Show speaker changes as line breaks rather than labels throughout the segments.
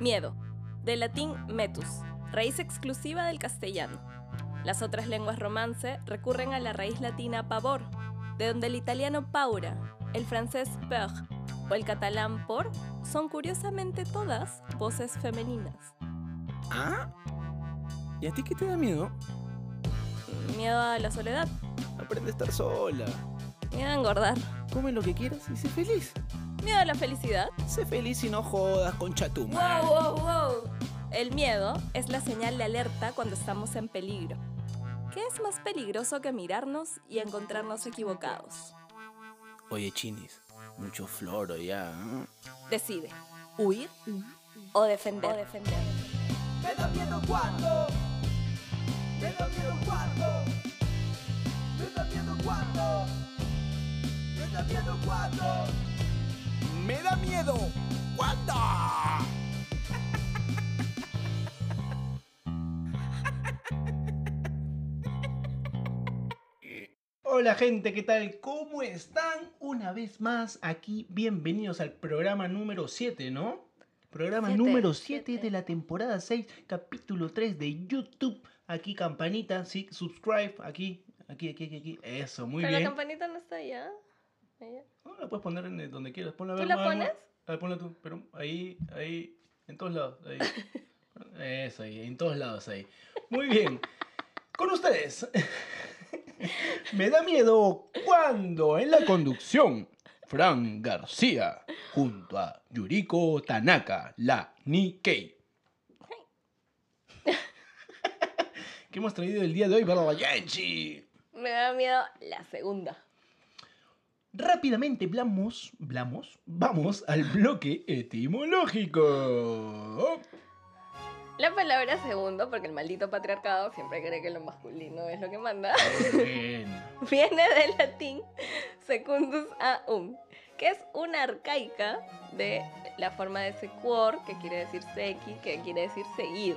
Miedo, del latín metus, raíz exclusiva del castellano. Las otras lenguas romance recurren a la raíz latina pavor, de donde el italiano paura, el francés peur o el catalán por son curiosamente todas voces femeninas.
¿Ah? ¿Y a ti qué te da miedo?
Miedo a la soledad,
Aprende a estar sola.
miedo a engordar,
Come lo que quieras y sé feliz.
miedo a la felicidad.
Sé feliz y no jodas, concha tu
¡Wow,
madre.
wow, wow! El miedo es la señal de alerta cuando estamos en peligro. ¿Qué es más peligroso que mirarnos y encontrarnos equivocados?
Oye, chinis, mucho floro ya. ¿eh?
Decide, huir o defender.
Me da miedo cuando. Me da miedo cuando. Me da miedo cuando. Me da miedo cuando. Me da miedo cuando.
Hola gente, ¿qué tal? ¿Cómo están? Una vez más aquí, bienvenidos al programa número 7, ¿no? Programa
Siete,
número 7
siete.
de la temporada 6, capítulo 3 de YouTube. Aquí campanita, sí, subscribe, aquí, aquí, aquí, aquí, aquí. Eso, muy
Pero la
bien.
campanita no está allá. Allá.
No, la puedes poner en donde quieras. Ponla a
¿Tú
ver,
la
más,
pones?
más. A ver, ponla tú, pero ahí, ahí, en todos lados, ahí. Eso, ahí, en todos lados, ahí. Muy bien. Con ustedes. Me da miedo cuando en la conducción Fran García junto a Yuriko Tanaka, la Nikkei. ¿Qué hemos traído el día de hoy para la Yanchi?
Me da miedo la segunda.
Rápidamente blamos, blamos, vamos al bloque etimológico.
La palabra segundo, porque el maldito patriarcado siempre cree que lo masculino es lo que manda,
Bien.
viene del latín secundus a um, que es una arcaica de la forma de sequor, que quiere decir sequi, que quiere decir seguir.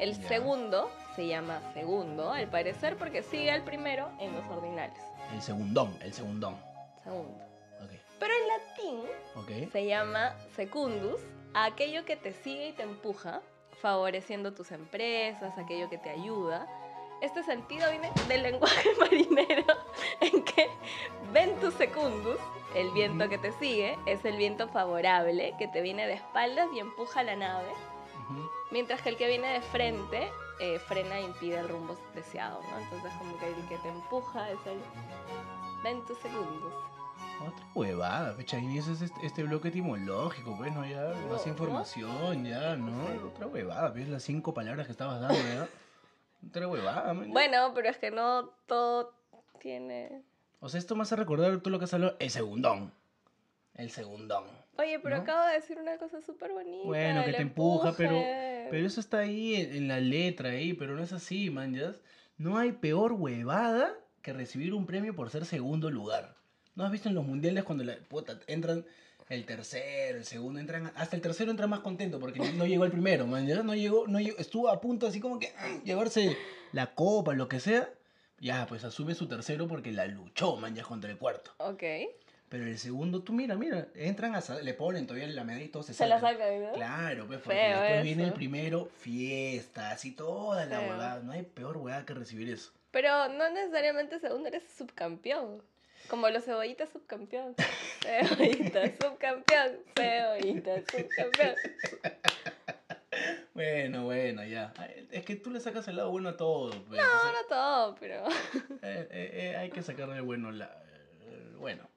El
Ya.
segundo se llama segundo, al parecer, porque sigue al primero en los ordinales.
El segundón, el segundón.
Segundo.
Ok,
Pero en latín
ok.
Se llama secundus, a aquello que te sigue y te empuja, favoreciendo tus empresas, aquello que te ayuda. Este sentido viene del lenguaje marinero, en que ventus secundus, el viento que te sigue, es el viento favorable que te viene de espaldas y empuja la nave,
Ujú.
mientras que el que viene de frente eh, frena e impide el rumbo deseado, ¿no? Entonces como que el que te empuja es el ventus secundus.
Otra huevada, fecha inicio es este, este bloque etimológico, pues no, ya, más
¿no?
información, ya,
Sí.
¿no? Otra huevada, ves las cinco palabras que estabas dando, ya. Otra huevada, man, ya.
Bueno, pero es que no todo tiene...
O sea, esto me hace recordar tú lo que has hablado, el segundón. El segundón.
Oye, pero
¿No?
acabo de decir una cosa súper bonita.
Bueno, que
el
te empuja, pero-
empuje.
Pero eso está ahí en, en la letra, ahí, pero no es así, man. ya. No hay peor huevada que recibir un premio por ser segundo lugar. ¿No has visto en los mundiales cuando la, puta, entran el tercero, el segundo, entran. Hasta el tercero entra más contento porque no llegó el primero, man. ya. No llegó, no llegó- estuvo a punto así como que ah, llevarse la copa, lo que sea. Ya, pues asume su tercero porque la luchó, man, ya contra el cuarto.
Ok.
Pero el segundo, tú mira, mira, entran a sa- le ponen todavía la medalla y todo se
Se la
sacan.
saca, ¿no?
Claro, pues porque
Feo
después viene el
eso.
primero, fiestas y toda la
Feo.
huevada. No hay peor huevada que recibir eso.
Pero no necesariamente segundo eres subcampeón. Como los cebollitas subcampeón. Cebollita subcampeón. Cebollita subcampeón.
Bueno, bueno, ya. Ay, Es que tú le sacas el lado bueno a todo. pues.
No, no todo, pero.
Eh, eh, eh, hay que sacarle bueno la. el Bueno.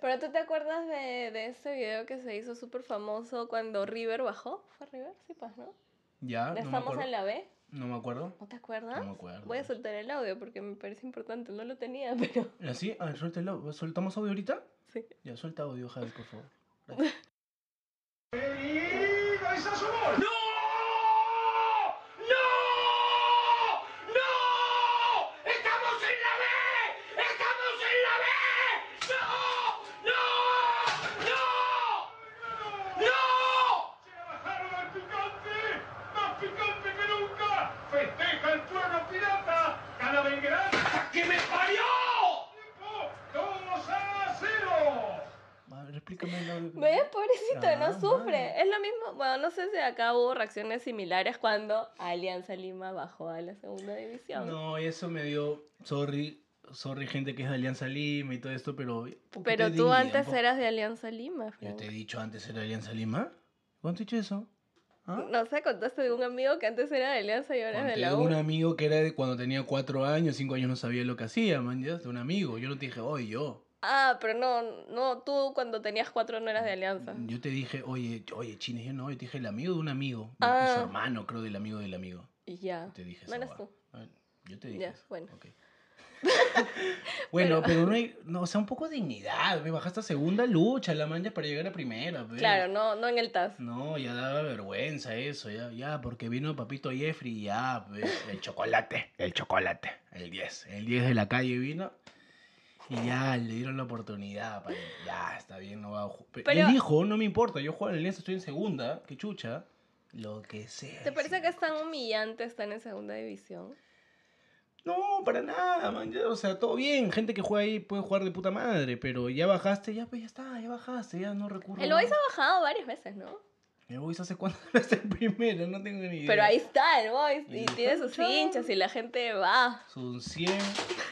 Pero tú te acuerdas de, de ese video que se hizo súper famoso cuando River bajó. ¿Fue River? Sí, pues, ¿no?
Ya, no me
Estamos
acuerdo.
en la B.
No me acuerdo.
¿No te acuerdas?
No me acuerdo.
Voy a soltar el audio porque me parece importante. No lo tenía, pero.
¿Así? Eh, A ver, suéltalo. ¿Soltamos audio ahorita?
Sí.
Ya, suelta audio, Javi, por favor. Gracias.
¡Festeja el pueblo pirata! ¡Cada vez grande! ¡Que me parió! ¡Tiempo! ¡Dos a cero!
A ver, explica básicamente. no-
¿Ves? Pobrecito,
Ah,
no sufre.
vale.
Es lo mismo, bueno, no sé si acá hubo reacciones similares cuando Alianza Lima bajó a la segunda división.
No, eso me dio. Sorry, sorry, gente que es de Alianza Lima y todo esto, pero. ¿por qué
Pero
te
tú
dividan?
antes
¿Por-
eras de Alianza Lima,
Yo te he
Frank.
dicho antes era Alianza Lima. ¿Cuánto he dicho eso? ¿Ah?
No sé, contaste de un amigo que antes era de Alianza y ahora es de
Conté
la
de un
U.
amigo que era de cuando tenía cuatro años, cinco años no sabía lo que hacía, man, ya, de un amigo. Yo no te dije, oye, yo.
Ah, pero no, no, tú cuando tenías cuatro no eras de Alianza.
Yo te dije, oye, ch- oye, chines, yo no, yo te dije el amigo de un amigo. de- de
Ah.
su hermano, creo, del amigo del amigo.
Y ya.
Yo te dije
No
esa
eras
hueá.
tú.
Ah, Yo te dije.
Ya,
eso.
bueno.
Ok. bueno, pero, no hay. No, o sea, un poco de dignidad. Me bajaste a segunda lucha, la mancha para llegar a primera. pues.
Claro, no, no en el TAS.
No, ya daba vergüenza eso, ya, ya, porque vino Papito Jeffrey, ya, pues, el chocolate, el chocolate, el 10, el 10 de la calle vino y ya le dieron la oportunidad, para, ya, está bien, no va a jugar.
Pero-
dijo, no me importa, yo juego en el 10, estoy en segunda, que chucha, lo que sea.
¿Te parece
sí.
que es tan humillante estar en segunda división?
No, para nada, man, ya, o sea, todo bien, gente que juega ahí puede jugar de puta madre, pero ya bajaste, ya, pues, ya está, ya bajaste, ya no recurro.
El
más.
Boys ha bajado varias veces, ¿no?
El Boys hace cuánto está en primera, no tengo ni idea.
Pero ahí está el Boys
Y
y tiene sus
chao.
hinchas y la gente va.
Son 100.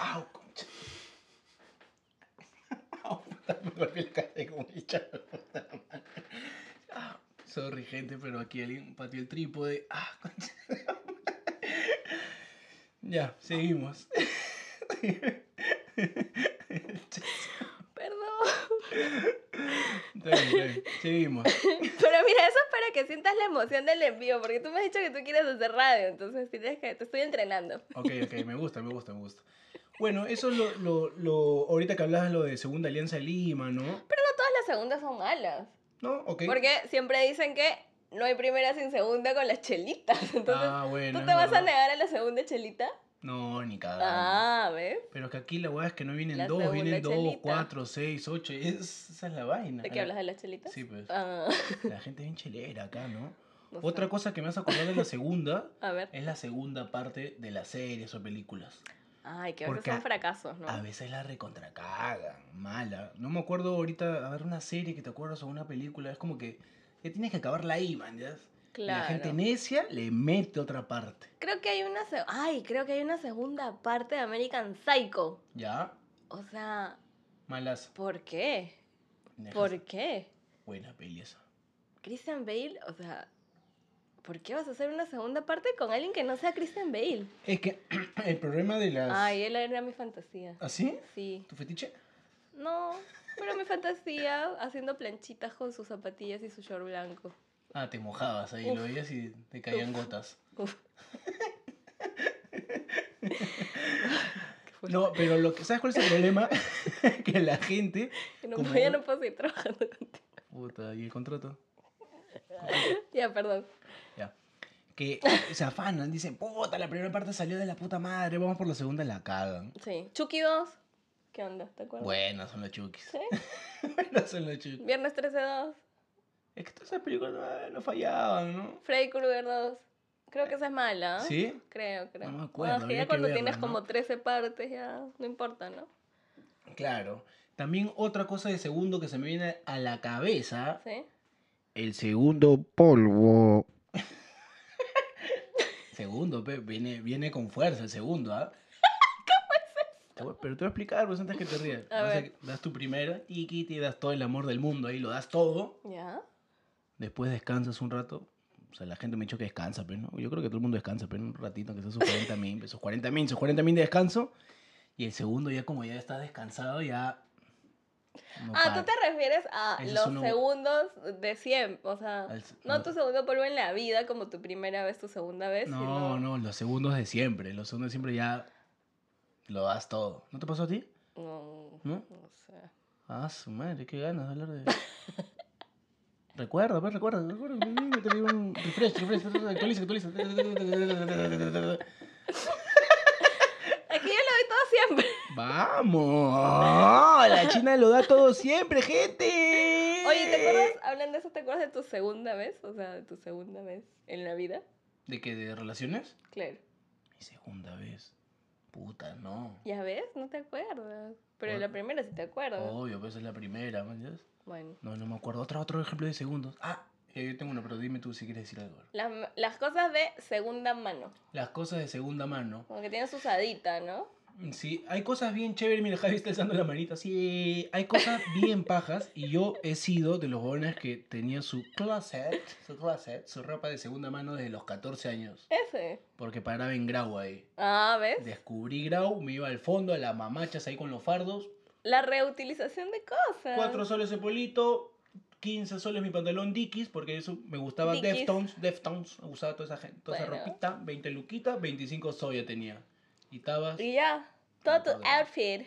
¡Au, concha! ¡Au, puta! Me golpeé la cabeza con el charro, puta madre. ¡Au! Sorry, gente, pero aquí alguien pateó el trípode. ¡Ah, concha! Ya, seguimos.
Perdón.
Está bien, está bien. Seguimos.
Pero mira, eso es para que sientas la emoción del envío, porque tú me has dicho que tú quieres hacer radio, entonces tienes que, te estoy entrenando.
Ok, ok, me gusta, me gusta, me gusta. Bueno, eso es lo, lo, lo- ahorita que hablabas lo de Segunda Alianza Lima, ¿no?
Todas las segundas son malas,
¿No? Ok.
porque siempre dicen que no hay primera sin segunda con las chelitas, entonces,
ah, bueno.
¿tú
es
te vas a
verdad.
negar a la segunda chelita?
No, Eh, ni cagando.
Ah, ¿ves?
Pero que aquí la weá es que no vienen
La
dos,
segunda
vienen dos,
chelita.
cuatro, seis, ocho. es- esa es la vaina.
¿De qué hablas de las chelitas?
eh, Sí, pues.
Ah,
La gente es bien chelera acá, ¿no?
no sé.
Otra cosa que me vas a acordar de la segunda
A ver.
es la segunda parte de las series o películas.
Ay, que a veces
Porque a-
son fracasos, ¿no?
A veces la recontracagan, mala. No me acuerdo ahorita, a ver, una serie que te acuerdas o una película, es como que ya tienes que acabarla ahí, man, ¿ya? Y
Claro.
La gente necia le mete otra parte,
Creo que hay una se- Ay, creo que hay una segunda parte de American Psycho.
¿ya?
O sea,
Malas.
¿por qué?
nejas.
¿Por qué?
Buena peli esa.
Christian Bale, o sea, ¿por qué vas a hacer una segunda parte con alguien que no sea Christian Bale?
Es que el problema de las...
Ay, eh. él era mi fantasía.
¿Así?
Sí.
¿Tu fetiche?
No, pero mi fantasía haciendo planchitas con sus zapatillas y su short blanco.
Ah, te mojabas ahí, lo veías y te caían gotas.
Uf. fuerte.
No, pero lo que, ¿sabes cuál es el problema? que la gente...
Que no,
como-
puedo- ya no puedo seguir trabajando contigo.
Puta, ¿y el contrato?
Ya, perdón.
Ya. Que se afanan, dicen, puta, la primera parte salió de la puta madre, vamos por la segunda, la cagan.
Sí. Chucky 2. ¿Qué onda? ¿Te acuerdas?
Buenas son los chukis.
Sí.
Buenas son los chukis.
Viernes 13 2.
Es que todas esas películas no, no fallaban, ¿no?
Freddy Krueger 2. Creo que esa es mala. ¿eh?
¿Sí?
Creo, creo.
No me acuerdo,
que
habría
ya
que
cuando
verla,
tienes
¿no?
como 13 partes ya no importa, ¿no?
Claro. También otra cosa de segundo que se me viene a la cabeza
Sí.
El segundo polvo. segundo, pe, viene, viene con fuerza el segundo, ¿ah? ¿Cómo es eso? Pero te voy a explicar, pues antes que te rías.
A
Vas a-
ver.
das tu primera, tiqui, te das todo el amor del mundo ahí, lo das todo.
Ya.
Después descansas un rato. O sea, la gente me ha dicho que descansa, pero no. Yo creo que todo el mundo descansa, pero un ratito, que sea sus 40 mil, sus 40 mil, sus 40 mil de descanso. Y el segundo, ya como ya está descansado, ya. no
ah, tú
para.
te refieres a
Ese es
los
uno-
segundos de siempre, o sea,
Al se-
no
no.
tu segundo polvo en la vida como tu primera vez, tu segunda vez,
No,
sino-
no, los segundos de siempre. Los segundos de siempre ya lo das todo. ¿No te pasó a ti?
No,
¿No?
o sea,
Ah, su madre, qué ganas de hablar de. recuerda, pues recuerda, recuerda. dime, Te digo un refresh, refresh, actualiza, actualiza.
Aquí yo lo doy todo siempre.
¡Vamos! La China lo da todo siempre, gente.
Oye, ¿te acuerdas, hablando de eso, te acuerdas de tu segunda vez? O sea, de tu segunda vez en la vida.
¿De qué? ¿De relaciones?
Claro.
Mi segunda vez. Puta, no.
Ya ves, no te acuerdas. Pero de la
Bueno.
primera sí te acuerdas.
Oh. Obvio, pues es la primera, man. ¿sabes?
Bueno.
No, no me acuerdo. Otro, otro ejemplo de segundos. Ah, eh, yo tengo una, pero dime tú si quieres decir algo.
Las, las cosas de segunda mano.
Las cosas de segunda mano.
Como que tienes usadita, ¿no?
Sí, hay cosas bien chéveres. Mira, Javi está alzando la manita. Sí, hay cosas bien pajas. Y yo he sido de los jóvenes que tenía su closet, su closet, su ropa de segunda mano desde los 14 años.
Ese.
Porque paraba en Grau ahí.
Ah, ¿ves?
Descubrí Grau, me iba al fondo, a las mamachas ahí con los fardos.
La reutilización de cosas.
4 soles ese polito, 15 soles mi pantalón Dickies, porque eso me gustaba
Dickies.
Deftones, Deftones, usaba toda esa gente, toda
Bueno.
esa ropita, 20 luquitas, 25 soya tenía. Y estabas
Y ya. Todo tu
Todo.
outfit.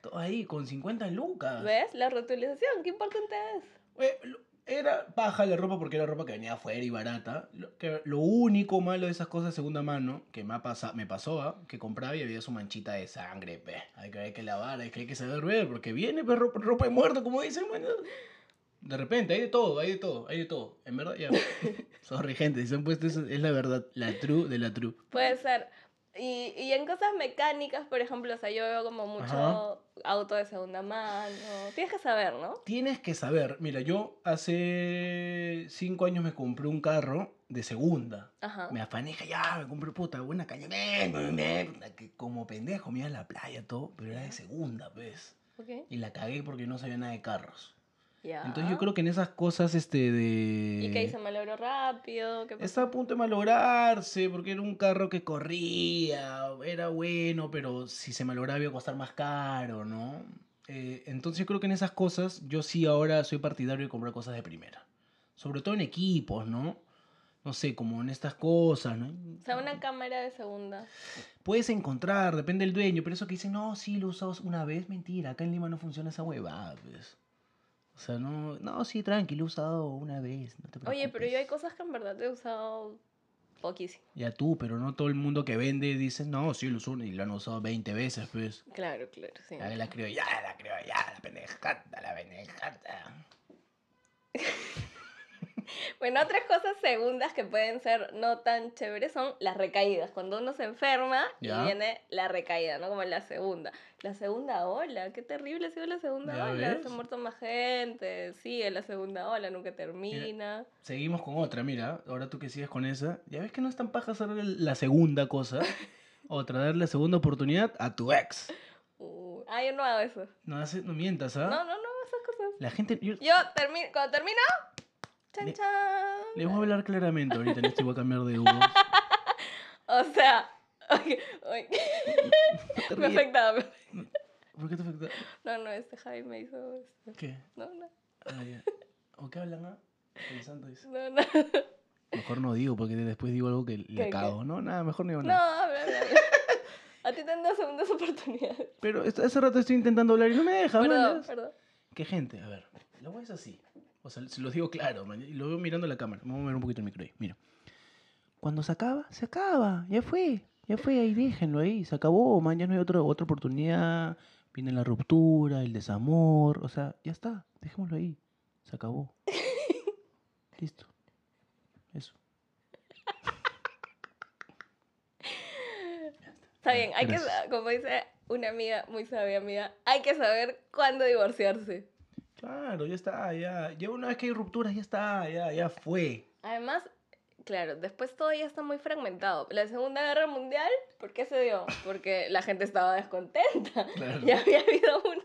todo ahí con 50 lucas.
¿Ves? La reutilización. Qué importante es.
Eh, lo- Era paja la ropa porque era ropa que venía afuera y barata. Lo, que- lo único malo de esas cosas de segunda mano que me, ha pasa- me pasó, ah, que compraba y había su manchita de sangre, pe. Hay que, hay que lavar, hay que, hay que saber ver, porque viene pe, ropa, ropa de muerto, como dicen, man. De repente, hay de todo, hay de todo, hay de todo. En verdad, ya. Sorry, gente, si se han puesto eso, es la verdad, la true de la true.
Puede ser. Y, y en cosas mecánicas, por ejemplo, o sea, yo veo como mucho
Ajá.
auto de segunda mano. Tienes que saber, ¿no?
Tienes que saber, mira, yo hace cinco años me compré un carro de segunda.
Ajá.
Me afané, dije, ya, me compré puta, buena caña. me, me, me, puta, que como pendejo me iba a la playa todo, pero era de segunda, pues.
Ok.
Y la cagué porque no sabía nada de carros.
Ya.
Entonces yo creo que en esas cosas, este, de...
Ah. ¿Y qué hice? ¿Me logro rápido? ¿Qué pasó?
Estaba a punto de malograrse porque era un carro que corría, era bueno, pero si se malograba iba a costar más caro, ¿no? Eh, entonces yo creo que en esas cosas yo sí ahora soy partidario de comprar cosas de primera. Sobre todo en equipos, ¿no? No sé, como en estas cosas, ¿no?
O sea, una cámara de segunda.
Puedes encontrar, depende del dueño, pero eso que dicen, no, sí, lo usamos una vez, mentira, acá en Lima no funciona esa huevada, pues. O sea, no, no, sí, tranquilo, he usado una vez, no te preocupes.
Oye, pero yo hay cosas que en verdad he usado poquísimo.
Ya tú, pero no todo el mundo que vende dice, no, sí, lo usó y lo han usado 20 veces, pues.
Claro, claro, sí.
La, la criollada, la criollada, la pendejata, la pendejata.
Bueno, otras cosas segundas que pueden ser no tan chéveres son las recaídas. Cuando uno se enferma
Ya.
y viene la recaída, ¿no? Como la segunda. La segunda ola, qué terrible ha sido la segunda
¿Ya
ola.
ves?
Se ha muerto más gente, sigue la segunda ola, nunca termina.
Seguimos con otra, mira, ahora tú que sigues con esa, ya ves que no es tan paja hacer la segunda cosa, otra, darle la segunda oportunidad a tu ex.
Uh, ah, yo no hago eso.
No, hace- no mientas, ¿ah?
No, no, no hago esas cosas.
La gente. yo-
Yo termino, cuando termino, chan
Le-
chan.
les voy a hablar claramente ahorita, en esto voy a cambiar de voz.
O sea, ay, ay,
No te
me
rías.
afectaba. me-
¿Por qué te afecta?
No, no, este Javi me hizo esto.
¿Qué?
No, no,
Ah, ya. ¿O qué hablan, ah? Pensando eso.
no, no.
Mejor no digo, porque después digo algo que
¿Qué,
le
qué?
cago. No, nada, mejor no digo
No,
nada.
habla, habla, habla. A ti te han dado segundas oportunidades.
Pero est- hace rato estoy intentando hablar y no me deja,
Perdón,
mañas.
perdón.
¿Qué gente? A ver, la voy es así. O sea, se los digo claro, mañas, y lo veo mirando la cámara. Vamos a mover un poquito el micro ahí, mira. Cuando se acaba, se acaba. Ya fue, ya fue, ahí déjenlo ahí. Se acabó, man, ya no hay otra otra oportunidad. Viene la ruptura, el desamor. O sea, ya está, dejémoslo ahí. Se acabó. Listo. Eso.
Está bien, hay que,
Gracias.
sa- como dice una amiga muy sabia mía, hay que saber cuándo divorciarse.
Claro, ya está, ya. Ya una vez que hay rupturas, ya está, ya, ya fue.
Además, claro, después todo ya está muy fragmentado. La Segunda Guerra Mundial, ¿por qué se dio? Porque la gente estaba descontenta.
Claro.
Ya había habido una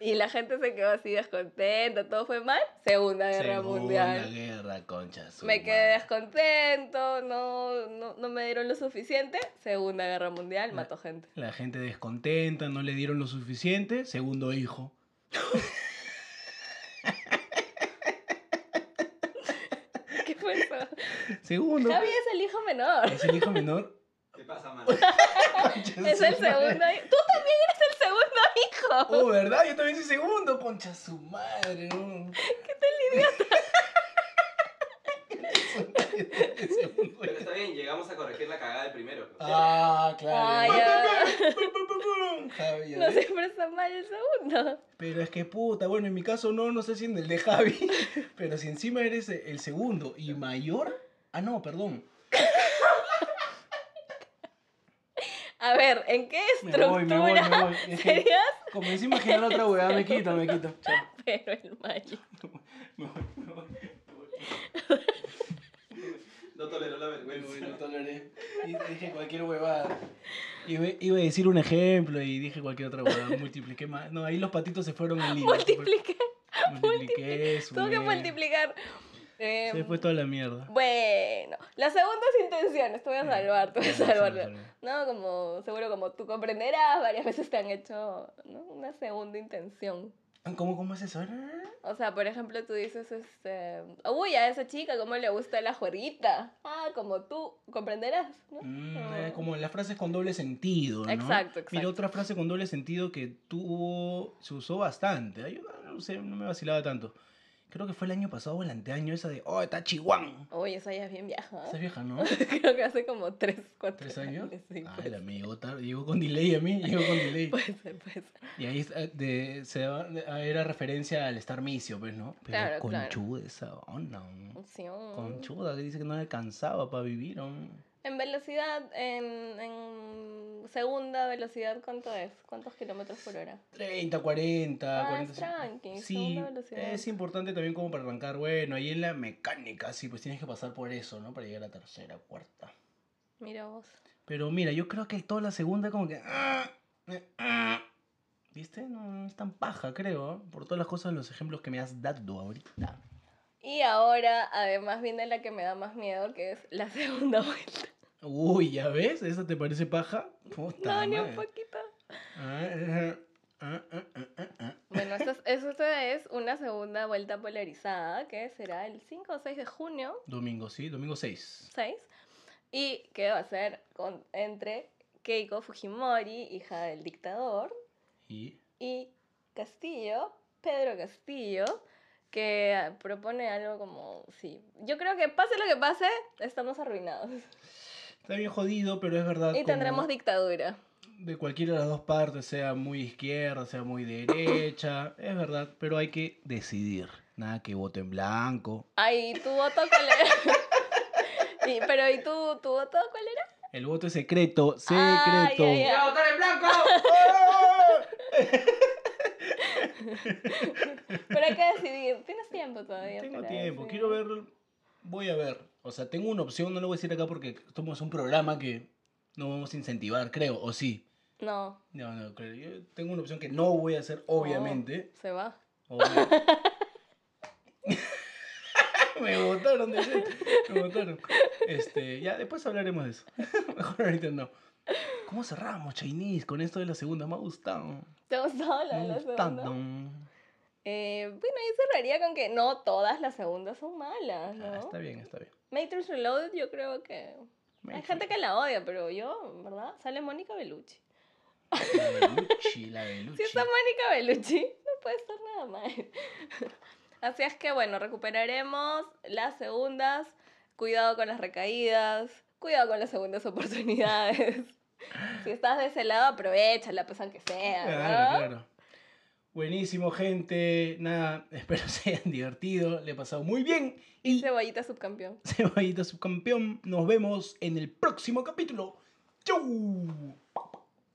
y la gente se quedó así descontenta, todo fue mal. Segunda Guerra
Segunda
Mundial.
guerra, concha. su
Me quedé
madre.
descontento, no, no, no me dieron lo suficiente. Segunda Guerra Mundial,
La-
mató gente.
La gente descontenta, no le dieron lo suficiente. Segundo hijo.
¿Qué fue eso?
Segundo.
Javi es el hijo menor.
Es el hijo menor.
¿Qué pasa, man?
Concha
Es
su
el
madre.
segundo hijo. Tú también eres el segundo hijo.
Oh, ¿verdad? Yo también soy segundo, concha su madre. ¿no? ¿Qué tal idiota?
Pero está bien, llegamos a corregir la cagada del primero. pues.
ah, claro.
Ay, ya.
Javi, ya
No
ves.
siempre está mal el segundo.
Pero es que puta, bueno, en mi caso no, no sé si en el de Javi, pero si encima eres e- el segundo y mayor. Ah, no, perdón.
A ver, ¿en qué
Me
estructura
voy, me voy, me voy. Es que-
serías?
Comencé a imaginar otra weá, me quito, me quito. Chao.
Pero el Magic.
Me voy, me voy, me voy.
No tolero la vergüenza.
Bueno, no toleré. Y dije cualquier huevada. Iba, iba a decir un ejemplo y dije cualquier otra huevada. Multipliqué más. No, ahí los patitos se fueron en línea.
Multipliqué.
pues, Multipliqué su
Tuve que
mierda.
multiplicar. Eh,
Se fue toda la mierda.
bueno, la segunda es intenciones. Te voy a salvar, te voy a
Ya,
salvar.
salve, salve.
No, como seguro como tú comprenderás, varias veces te han hecho ¿no? una segunda intención.
¿Cómo, cómo es eso?
O sea, por ejemplo, tú dices, este, uy, a esa chica, ¿cómo le gusta la juerguita? Ah, como tú, comprenderás, ¿no?
Mm,
Oh.
eh, como las frases con doble sentido, ¿no?
Exacto,
Mira,
exacto.
otra frase con doble sentido que tuvo, se usó bastante. Ay, Yo no, no sé, no me vacilaba tanto. Creo que fue el año pasado o el anteaño esa de, oh, está chihuahua.
Uy, esa ya es bien vieja. ¿ah?
Esa es vieja, ¿no?
Creo que hace como tres, cuatro
¿Tres años?
sí,
Ah,
puede
el amigo tarde. Llegó con delay a mí, llegó con delay.
Puede ser, puede ser.
Y ahí eh, de- se daba- de- era referencia al Star Micio, pues, ¿no? Pero
Claro, claro.
conchuda esa onda. ¿no?
Sí, mm.
Conchuda, que dice que no le alcanzaba para vivir. ¿no?
En velocidad, en, en segunda velocidad, ¿cuánto es? ¿Cuántos kilómetros por hora?
30, 40,
Ah,
40.
es tranqui,
Sí,
segunda velocidad.
es importante también como para arrancar. Bueno, ahí en la mecánica, sí, pues tienes que pasar por eso, ¿no? Para llegar a la tercera, cuarta.
Mira vos.
Pero mira, yo creo que toda la segunda como que... ah, eh, ah. ¿Viste? No, no es tan paja, creo, ¿eh? por todas las cosas, los ejemplos que me has dado ahorita.
Y ahora, además, viene la que me da más miedo, que es la segunda vuelta.
Uy, ¿ya ves? ¿Esa te parece paja? Puta
No, ni un
madre.
poquito.
Ah, ah, ah, ah, ah, ah, ah.
Bueno, esta es, eso esta es una segunda vuelta polarizada, que será el 5 o 6 de junio,
Domingo, sí, domingo 6.
6, y que va a ser con- entre Keiko Fujimori, hija del dictador,
Y
y Castillo, Pedro Castillo, que ah, propone algo como, sí, yo creo que pase lo que pase, estamos arruinados
está bien jodido, pero es verdad.
y
como
tendremos dictadura.
De cualquiera de las dos partes, sea muy izquierda, sea muy derecha, es verdad, pero hay que decidir. Nada que voto en blanco.
Ay, tu voto cuál era? Y- pero ¿y tú, tu voto cuál era?
El voto es secreto, secreto.
Ay, ay, ay.
¡Voy a votar en blanco!
¡Ah!
Pero hay que decidir, tienes tiempo todavía.
Tengo
para
tiempo,
decidir.
quiero ver. Voy a ver. O sea, tengo una opción, no lo voy a decir acá porque somos un programa que no vamos a incentivar, creo, o sí.
No,
No, no, creo. Yo tengo una opción que no voy a hacer,
Oh.
obviamente.
se va.
Obvio. me votaron de gente, Me votaron. Este, ya después hablaremos de eso. Mejor ahorita no. ¿Cómo cerramos, Chinese, con esto de la segunda? Me ha gustado.
¿Te gustó la
Me
de
ha
la
gustado.
segunda? Eh, bueno, ahí cerraría con que no todas las segundas son malas, ¿no?
Ah, está bien, está bien.
Matrix Reloaded yo creo que... Hay gente que la odia, pero yo, en ¿verdad? Sale Mónica Bellucci.
La Belucci, la Belucci.
Si está Mónica Bellucci, no puede estar nada mal. Así es que bueno, recuperaremos las segundas. Cuidado con las recaídas. Cuidado con las segundas oportunidades. si estás de ese lado, aprovechala, pues aunque sea. ¿no?
Claro, claro. Buenísimo, gente. Nada, espero se hayan divertido. Le he pasado muy bien. Y
Cebollita subcampeón.
Cebollita subcampeón. Nos vemos en el próximo capítulo. ¡Chau!